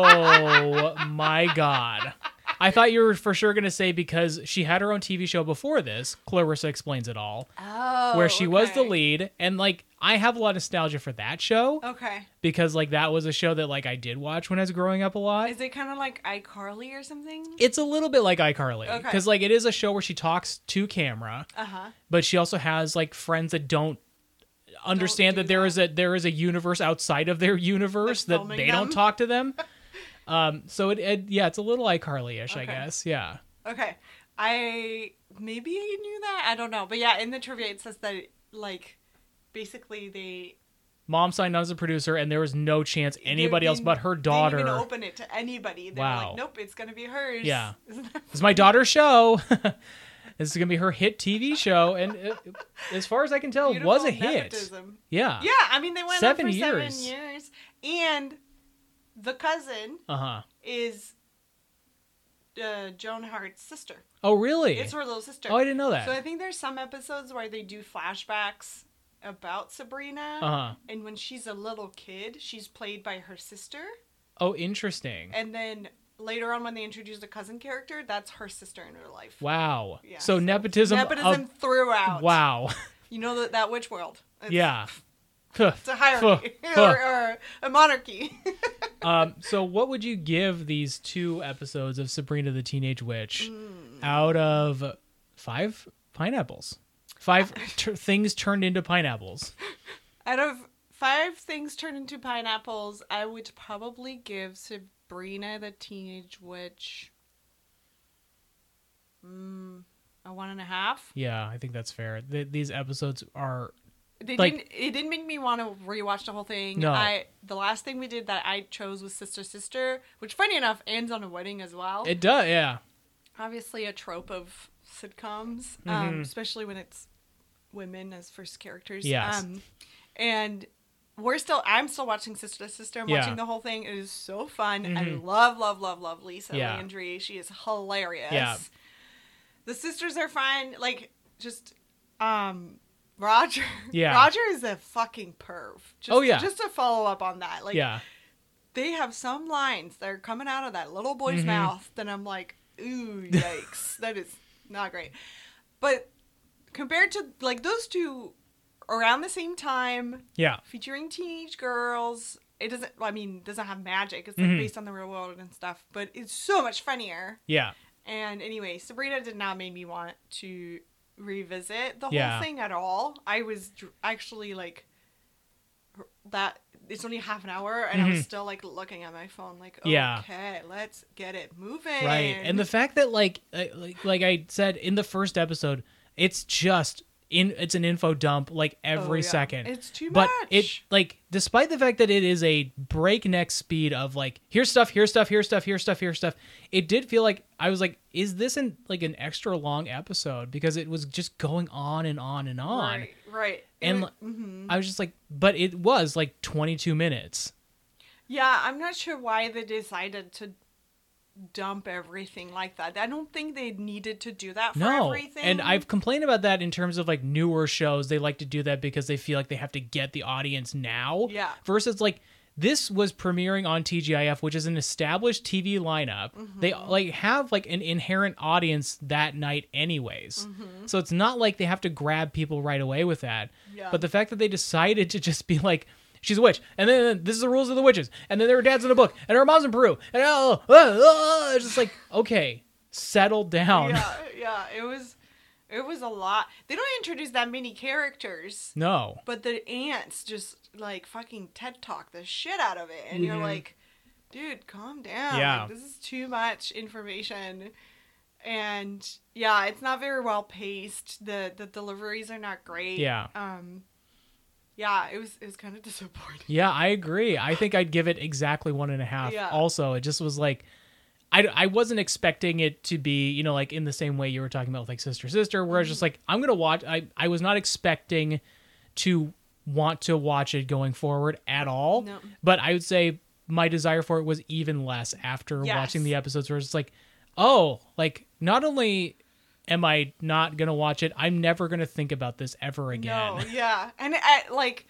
S1: Oh my god. I thought you were for sure going to say because she had her own TV show before this, Clarissa Explains It All,
S2: Oh,
S1: where she was the
S2: okay.
S1: lead and like I have a lot of nostalgia for that show
S2: Okay,
S1: because like that was a show that like I did watch when I was growing up a lot.
S2: is it kind of like iCarly or something?
S1: It's a little bit like iCarly
S2: Okay.
S1: because like it is a show where she talks to camera,
S2: Uh huh.
S1: but she also has like friends that don't understand
S2: do
S1: that there
S2: that.
S1: is a there is a universe outside of their universe
S2: They're
S1: that
S2: filming
S1: they don't
S2: them.
S1: talk to them. um, so it, it yeah, it's a little iCarly-ish, I
S2: Okay.
S1: guess. Yeah,
S2: Okay. I maybe I knew that. I don't know. But yeah, in the trivia it says that like basically they
S1: mom signed on as a producer, and there was no chance anybody
S2: they-
S1: else but her
S2: they didn't even
S1: daughter.
S2: open it to anybody. They were
S1: Wow.
S2: like, Nope, it's gonna be hers.
S1: Yeah.
S2: Isn't that-
S1: It's my daughter's show. this is gonna be her hit TV show, and it, as far as I can tell, it was a
S2: Beautiful
S1: hit.
S2: nepotism.
S1: Yeah.
S2: Yeah, I mean they went
S1: Seven
S2: on for
S1: years.
S2: seven years. And the cousin
S1: Uh huh.
S2: is uh, Joan Hart's sister.
S1: Oh really?
S2: It's her little sister.
S1: Oh, I didn't know that.
S2: So I think there's some episodes where they do flashbacks about Sabrina.
S1: Uh-huh.
S2: And when she's a little kid, she's played by her sister.
S1: oh, interesting.
S2: And then later on, when they introduce the cousin character, that's her sister in real life.
S1: Wow.
S2: Yeah,
S1: so
S2: so
S1: nepotism. of-
S2: Nepotism throughout.
S1: wow.
S2: You know that, that witch world. It's,
S1: yeah.
S2: It's a hierarchy or, or a monarchy.
S1: um, so, what would you give these two episodes of Sabrina the Teenage Witch
S2: Mm.
S1: out of five pineapples? Five tur things turned into pineapples.
S2: Out of five things turned into pineapples, I would probably give Sabrina the Teenage Witch. Mm, a one and a half.
S1: Yeah, I think that's fair. Th- these episodes are
S2: They
S1: Like-
S2: didn't. It didn't make me want to rewatch the whole thing.
S1: No.
S2: I the last thing we did that I chose was Sister Sister, which funny enough ends on a wedding as well.
S1: it does yeah
S2: Obviously, a trope of sitcoms,
S1: Mhm.
S2: um, especially when it's women as first characters.
S1: Yes.
S2: Um, and we're still. I'm still watching Sister Sister. I'm
S1: Yeah.
S2: watching the whole thing. It is so fun. I
S1: Mhm.
S2: love, love, love, love Lisa
S1: Yeah.
S2: Landry. She is hilarious.
S1: Yeah.
S2: The sisters are fun. Like just um Roger.
S1: Yeah.
S2: Roger is a fucking perv. Just,
S1: Oh, yeah.
S2: Just to follow up on that, like
S1: yeah
S2: they have some lines that are coming out of that little boy's
S1: Mhm.
S2: mouth that I'm like, ooh, yikes, that is not great. But compared to like those two around the same time,
S1: yeah
S2: featuring teenage girls, it doesn't. well, I mean, it doesn't have magic. It's like
S1: Mhm.
S2: based on the real world and stuff, but it's so much funnier.
S1: yeah
S2: And anyway, Sabrina did not make me want to revisit the
S1: Yeah.
S2: whole thing at all. I was dr- actually like that it's only half an hour and I was
S1: Mhm.
S2: still like looking at my phone like okay,
S1: Yeah.
S2: let's get it moving.
S1: right and the fact that like I- like like i said in the first episode it's just in it's an info dump like
S2: Oh,
S1: every
S2: yeah.
S1: second
S2: It's too
S1: but
S2: much.
S1: it like despite the fact that it is a breakneck speed of like here's stuff here's stuff here's stuff here's stuff here's stuff it did feel like i was like is this an like an extra long episode because it was just going on and on and on
S2: Right. right. It
S1: And
S2: was-
S1: like-
S2: mhm.
S1: i was just like but it was like 22 minutes
S2: yeah, I'm not sure why they decided to dump everything like that. I don't think they needed to do that for
S1: no
S2: everything.
S1: and i've complained about that in terms of like newer shows they like to do that because they feel like they have to get the audience now
S2: Yeah.
S1: versus like This was premiering on TGIF, which is an established TV lineup. They
S2: Mm-hmm.
S1: like have like an inherent audience that night anyways.
S2: Mm-hmm.
S1: So it's not like they have to grab people right away with that.
S2: Yeah.
S1: But the fact that they decided to just be like She's a witch, and then this is the rules of the witches, and then there were dads in a book, and her mom's in Peru, and oh, oh, oh, it's just like okay, settle down.
S2: Yeah, yeah. It was, it was a lot. They don't introduce that many characters,
S1: No,
S2: but the ants just like fucking TED talk the shit out of it, and you're like, dude, calm down.
S1: Mm-hmm. Yeah.
S2: Like, this is too much information, and yeah, it's not very well paced. The the deliveries are not great.
S1: Yeah.
S2: Um. Yeah, it was it was kind of disappointing.
S1: Yeah, I agree. I think I'd give it exactly one and a half.
S2: Yeah.
S1: Also, it just was like, I, I wasn't expecting it to be, you know, like in the same way you were talking about, with, like Sister Sister, where I was
S2: Mm-hmm.
S1: just like, I'm going to watch. I, I was not expecting to want to watch it going forward at all.
S2: No.
S1: But I would say my desire for it was even less after
S2: Yes.
S1: watching the episodes where it's just like, oh, like not only am I not going to watch it, I'm never going to think about this ever again.
S2: No, yeah, and I, like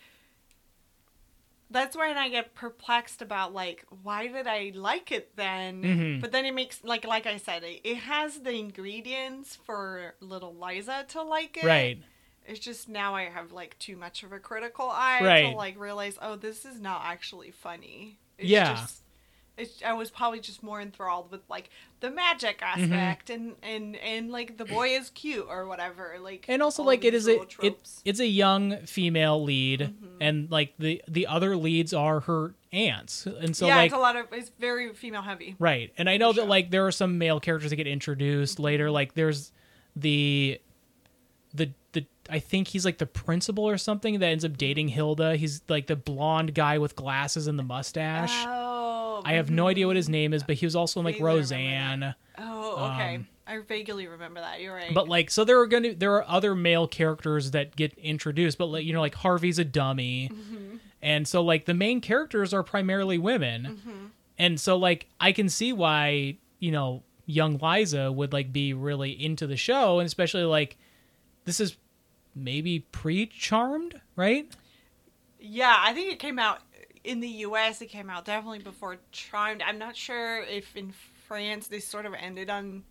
S2: that's when I get perplexed about like why did I like it then?
S1: Mhm.
S2: But then it makes like like I said, it, it has the ingredients for little Liza to like it.
S1: Right.
S2: It's just now I have like too much of a critical eye
S1: Right.
S2: to like realize oh this is not actually funny. It's
S1: Yeah.
S2: Just, it's, I was probably just more enthralled with like the magic
S1: Mm-hmm.
S2: aspect and, and and like the boy is cute or whatever like
S1: and also
S2: all
S1: like
S2: of
S1: it
S2: these
S1: is a
S2: little
S1: it,
S2: tropes. Mm-hmm.
S1: it's a young female lead and like the the other leads are her aunts and so
S2: yeah,
S1: like
S2: it's a lot of it's very female heavy.
S1: right and i know that
S2: For sure. Mm-hmm.
S1: like there are some male characters that get introduced later like there's the the the i think he's like the principal or something that ends up dating hilda he's like the blonde guy with glasses and the mustache
S2: Oh,
S1: i have no idea what his name is but he was also in like
S2: Vaguely remember
S1: roseanne
S2: Oh, okay.
S1: um,
S2: I vaguely remember that. You're right.
S1: But like, so there are gonna there are other male characters that get introduced, but like you know, like Harvey's a dummy,
S2: Mm-hmm.
S1: and so like the main characters are primarily women,
S2: Mm-hmm.
S1: and so like I can see why you know young Liza would like be really into the show, and especially like this is maybe pre Charmed, right?
S2: yeah, I think it came out in the U.S. It came out definitely before Charmed. I'm not sure if in France they sort of ended on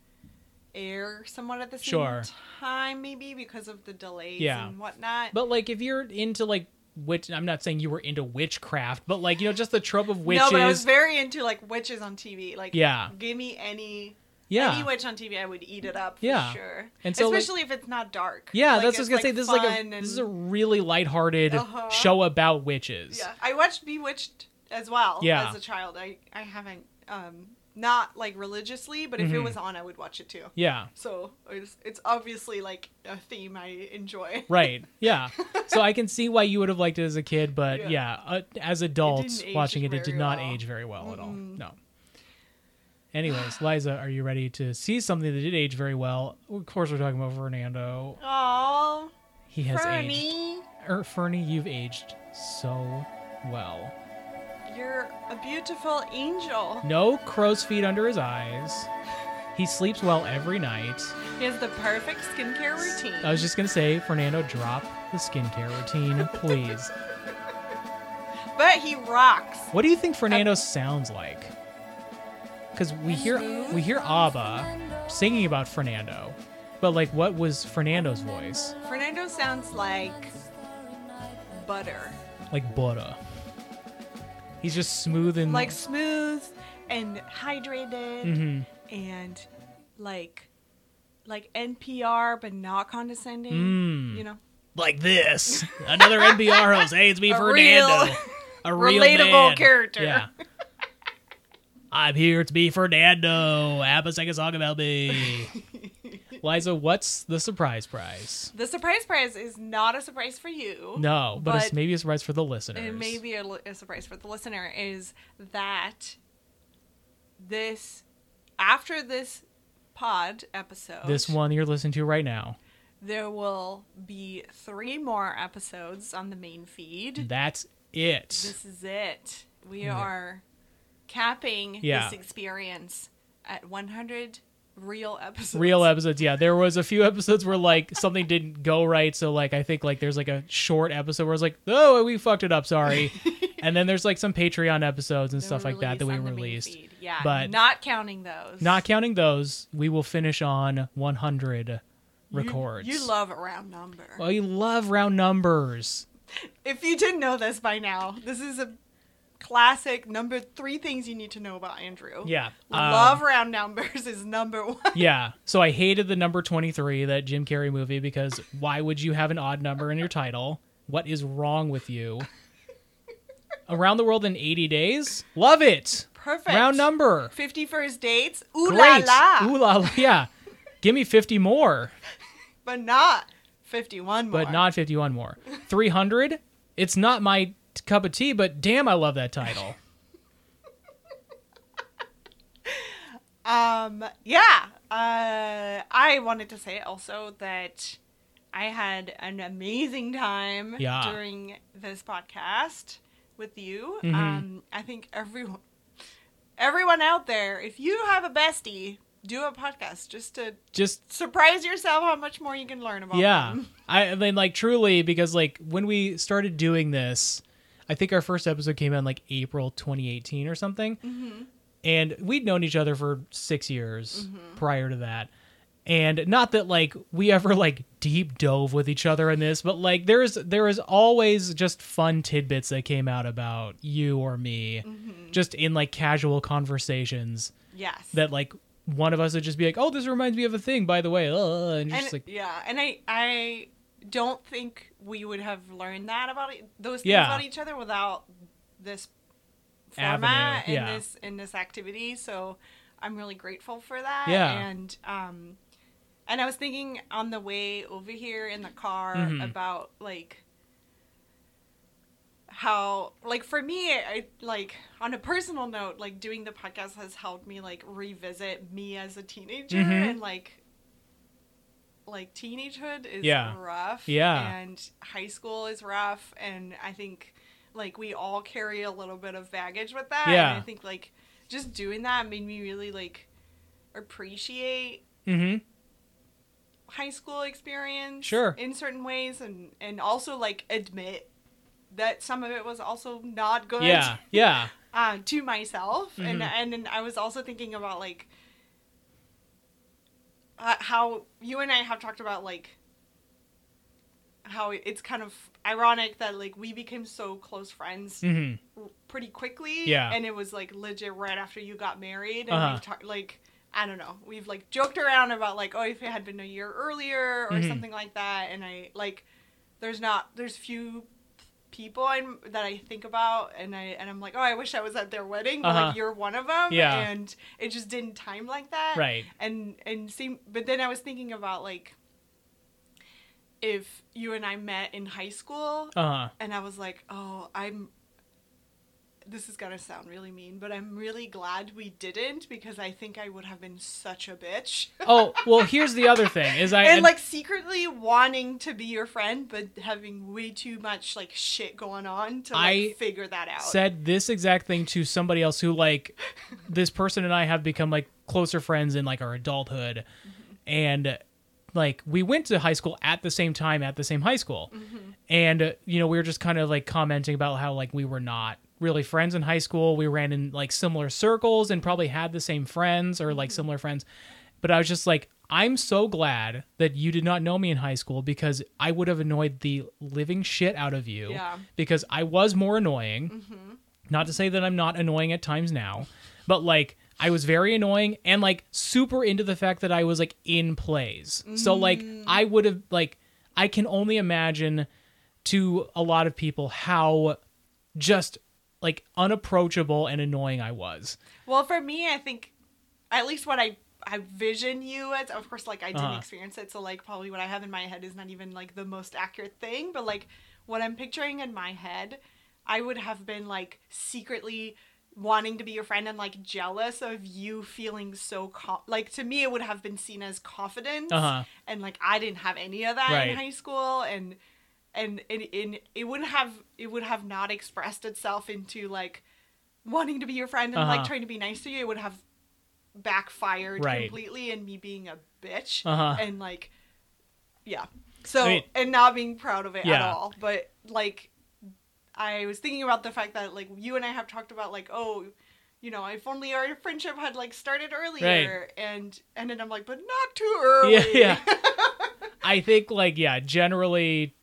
S2: air somewhat at the same
S1: Sure.
S2: time, maybe because of the delays
S1: Yeah.
S2: and whatnot.
S1: But like if you're into like witch, I'm not saying you were into witchcraft, but like you know just the trope of witches,
S2: No, but I was very into like witches on TV. Like,
S1: Yeah.
S2: give me any
S1: yeah.
S2: any witch on TV, I would eat it up for
S1: Yeah.
S2: sure.
S1: And so, like-
S2: especially if it's not dark.
S1: Yeah,
S2: Like,
S1: that's what I was
S2: it's,
S1: gonna say.
S2: like,
S1: This is like a
S2: fun
S1: this is
S2: and-
S1: a really lighthearted
S2: Uh-huh.
S1: show about witches.
S2: Yeah, I watched Bewitched as well
S1: Yeah.
S2: as a child. I I haven't um not like religiously, but if it
S1: Mhm.
S2: was on, I would watch it too.
S1: Yeah,
S2: So it's it's obviously like a theme I enjoy.
S1: Right. Yeah. so I can see why you would have liked it as a kid, but yeah,
S2: Yeah.
S1: uh, as adults
S2: didn't age
S1: watching it, it did
S2: very
S1: not
S2: well.
S1: age very well at all.
S2: Mm-mm.
S1: No. Anyways, Liza, are you ready to see something that did age very well? Of course, we're talking about Fernando.
S2: Oh,
S1: He has aged.
S2: Fernie,
S1: Er, Fernie, you've aged so well.
S2: you're a beautiful angel.
S1: No crow's feet under his eyes. He sleeps well every night.
S2: He has the perfect skincare routine.
S1: I was just gonna say, Fernando, drop the skincare routine, please.
S2: but he rocks.
S1: What do you think Fernando sounds like? Because we hear we hear Abba singing about Fernando, but like, what was Fernando's voice?
S2: Fernando sounds like butter.
S1: Like butter. He's just smooth and
S2: like smooth and hydrated
S1: Mhm.
S2: and like like NPR but not condescending.
S1: Mm.
S2: You know,
S1: like this. Another NPR host. Hey, it's me,
S2: A
S1: Fernando.
S2: real-
S1: a real
S2: relatable
S1: man.
S2: character.
S1: Yeah. I'm here to be Fernando. Abba sang a song about me. Liza, what's the surprise prize?
S2: the surprise prize is not a surprise for you.
S1: No, but, it's
S2: But-
S1: maybe a surprise for the listeners.
S2: and maybe a, li- a surprise for the listener is that this after this pod episode
S1: this one you're listening to right now.
S2: there will be three more episodes on the main feed
S1: That's it.
S2: This is it. We are capping
S1: Yeah.
S2: this experience at 100 real episodes.
S1: Real episodes, yeah. There was a few episodes where like something didn't go right, so like I think like there's like a short episode where it's like, oh, we fucked it up, sorry. and then there's like some Patreon episodes and stuff like that that we
S2: on the main
S1: released.
S2: feed. Yeah,
S1: but-
S2: not counting those.
S1: Not counting those, we will finish on 100 records.
S2: You, you love a round number.
S1: Well, you love round numbers.
S2: if you didn't know this by now, this is a classic number three things you need to know about Andrew.
S1: Yeah. um,
S2: Love round numbers is number one.
S1: Yeah. So I hated the number 23, that Jim Carrey movie, because why would you have an odd number in your title? What is wrong with you? Around the World in 80 Days? Love it.
S2: Perfect.
S1: Round number.
S2: 51st dates. Ooh
S1: Great.
S2: la la.
S1: Ooh la la. Yeah. Give me 50 more,
S2: But not 51 more.
S1: but not 51 more. 300? It's not my t- cup of tea, but damn, I love that title.
S2: Um, yeah. Uh, I wanted to say also that I had an amazing time
S1: Yeah.
S2: during this podcast with you.
S1: Mhm.
S2: Um, I think everyone, everyone out there, if you have a bestie, do a podcast just to
S1: Just
S2: surprise yourself how much more you can learn about.
S1: yeah
S2: them.
S1: i I mean like truly because like when we started doing this i think our first episode came out in like april 2018 or something and we'd known each other for six years prior to that and not that like we ever like deep dove with each other in this but like there is there is always just fun tidbits that came out about you or me just in like casual conversations
S2: Yes.
S1: that like one of us would just be like oh this reminds me of a thing by the way uh, and you're
S2: and
S1: just like
S2: yeah, and I I don't think we would have learned that about it, those things
S1: Yeah.
S2: about each other without this
S1: Avenue,
S2: format and
S1: yeah.
S2: this and this activity. So I'm really grateful for that.
S1: Yeah.
S2: and um, and I was thinking on the way over here in the car
S1: Mhm.
S2: about like how like for me I like on a personal note like doing the podcast has helped me like revisit me as a teenager
S1: Mhm.
S2: and like like teenagehood is
S1: Yeah.
S2: rough
S1: Yeah.
S2: and high school is rough and I think like we all carry a little bit of baggage with that and
S1: Yeah.
S2: I think like just doing that made me really like appreciate
S1: mm-hmm
S2: high school experience
S1: Sure.
S2: in certain ways and and also like admit that some of it was also not good
S1: Yeah, yeah,
S2: uh, to myself and,
S1: Mhm.
S2: and then i was also thinking about like uh, how you and i have talked about like how it's kind of ironic that like we became so close friends
S1: hmm
S2: pretty quickly
S1: Yeah.
S2: and it was like legit right after you got married and
S1: Uh-huh.
S2: we've talked like i don't know we've like joked around about like oh if it had been a year earlier or
S1: Mhm.
S2: something like that and i like there's not there's few people I'm, that i think about and i and i'm like oh i wish i was at their wedding but
S1: Uh-huh.
S2: like you're one of them
S1: Yeah.
S2: and it just didn't time like that
S1: right.
S2: and and seem but then i was thinking about like if you and i met in high school
S1: Uh huh.
S2: and I was like, oh, I'm. This is gonna sound really mean, but I'm really glad we didn't because I think I would have been such a bitch.
S1: Oh well, here's the other thing: is I
S2: and like secretly wanting to be your friend, but having way too much like shit going on to like,
S1: I
S2: figure that out.
S1: said this exact thing to somebody else who like this person and I have become like closer friends in like our adulthood, and like we went to high school at the same time at the same high school, and uh, you know we were just kind of like commenting about how like we were not really friends in high school. We ran in like similar circles and probably had the same friends or like similar friends, but I was just like. I'm so glad that you did not know me in high school because I would have annoyed the living shit out of you
S2: Yeah. Mm-hmm.
S1: because I was more annoying. Not to say that I'm not annoying at times now, but like I was very annoying and like super into the fact that I was like in plays. So like I would have like I can only imagine to a lot of people how just like unapproachable and annoying I was.
S2: Well, for me, I think at least what I I vision you as, of course, like I didn't
S1: Uh-huh.
S2: experience it, so like probably what I have in my head is not even like the most accurate thing, but like what I'm picturing in my head, I would have been like secretly wanting to be your friend and like jealous of you feeling so co- like to me it would have been seen as confidence
S1: Uh-huh.
S2: and like I didn't have any of that
S1: Right.
S2: in high school and and and, and it wouldn't have it would have not expressed itself into like wanting to be your friend and like
S1: Uh-huh.
S2: trying to be nice to you, it would have backfired
S1: Right.
S2: completely and me being a bitch
S1: Uh-huh.
S2: and like yeah. So
S1: I mean-
S2: and not being proud of it at
S1: Yeah.
S2: all, but like I was thinking about the fact that like you and I have talked about like oh, you know, if only our friendship had like started earlier, and and then I'm like, but not too early.
S1: Yeah, yeah. I think like yeah, generally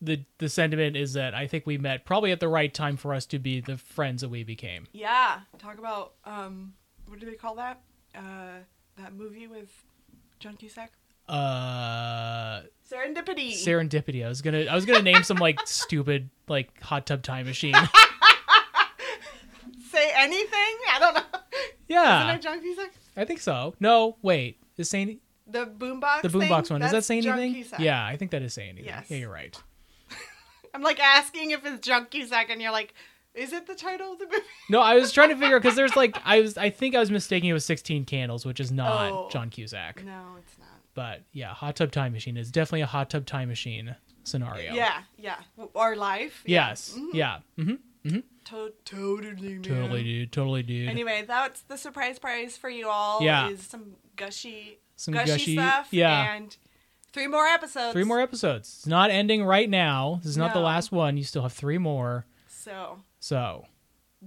S1: the the sentiment is that I think we met probably at the right time for us to be the friends that we became.
S2: Yeah, talk about um, what do they call that? Uh, that movie with John Cusack.
S1: Uh
S2: Serendipity.
S1: serendipity. I was going to I was going to name some like stupid like hot tub time machine.
S2: Say anything? I don't know. Isn't
S1: Yeah.
S2: it John Cusack?
S1: I think so. No, wait. Is saying
S2: The boombox.
S1: the
S2: thing?
S1: boombox one. Does that
S2: That's
S1: say
S2: John
S1: anything?
S2: Cusack.
S1: Yeah, I think that is say anything.
S2: Yes.
S1: Yeah, you're right.
S2: I'm like asking if it's John Cusack, and you're like, is it the title of the movie?
S1: No, I was trying to figure because there's like I was I think I was mistaking it with 16 candles, which is not
S2: Oh.
S1: John Cusack.
S2: No, it's not.
S1: But yeah, hot tub time machine is definitely a hot tub time machine scenario.
S2: Yeah, yeah. Our life.
S1: Yes.
S2: Mhm.
S1: Yeah. hmm
S2: To- totally. Man.
S1: Totally dude. Totally dude.
S2: Anyway, that's the surprise prize for you all.
S1: Yeah.
S2: Is some gushy,
S1: Some
S2: gushy,
S1: gushy-
S2: stuff.
S1: yeah.
S2: And three more episodes.
S1: Three more e-, episodes. It's not ending right now. This is not the
S2: No.
S1: last one. You still have three more.
S2: So
S1: So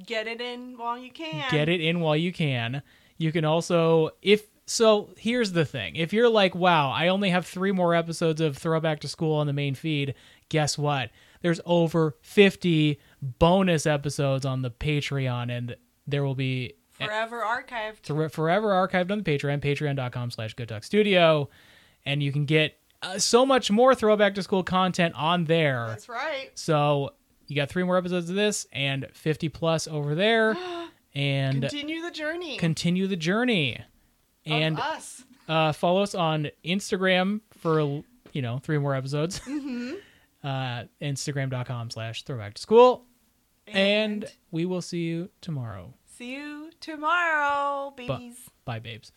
S2: get it in while you can.
S1: get it in while you can. You can also, if so, here's the thing if you're like, wow, I only have three more episodes of Throwback to School on the main feed, guess what? There's over 50 bonus episodes on the Patreon, and there will be
S2: Forever archived.
S1: thre- forever archived on the Patreon, patreon.com slash good talk studio, and you can get uh, so much more Throwback to School content on there.
S2: That's right.
S1: So you got three more episodes of this and 50 plus over there. And uh,
S2: Continue the journey.
S1: continue the journey. And
S2: of us.
S1: uh, follow us on Instagram for, you know, three more episodes. Uh, Instagram.com slash throwback to school. And, we will see you tomorrow.
S2: see you tomorrow, babies.
S1: Bye, babes.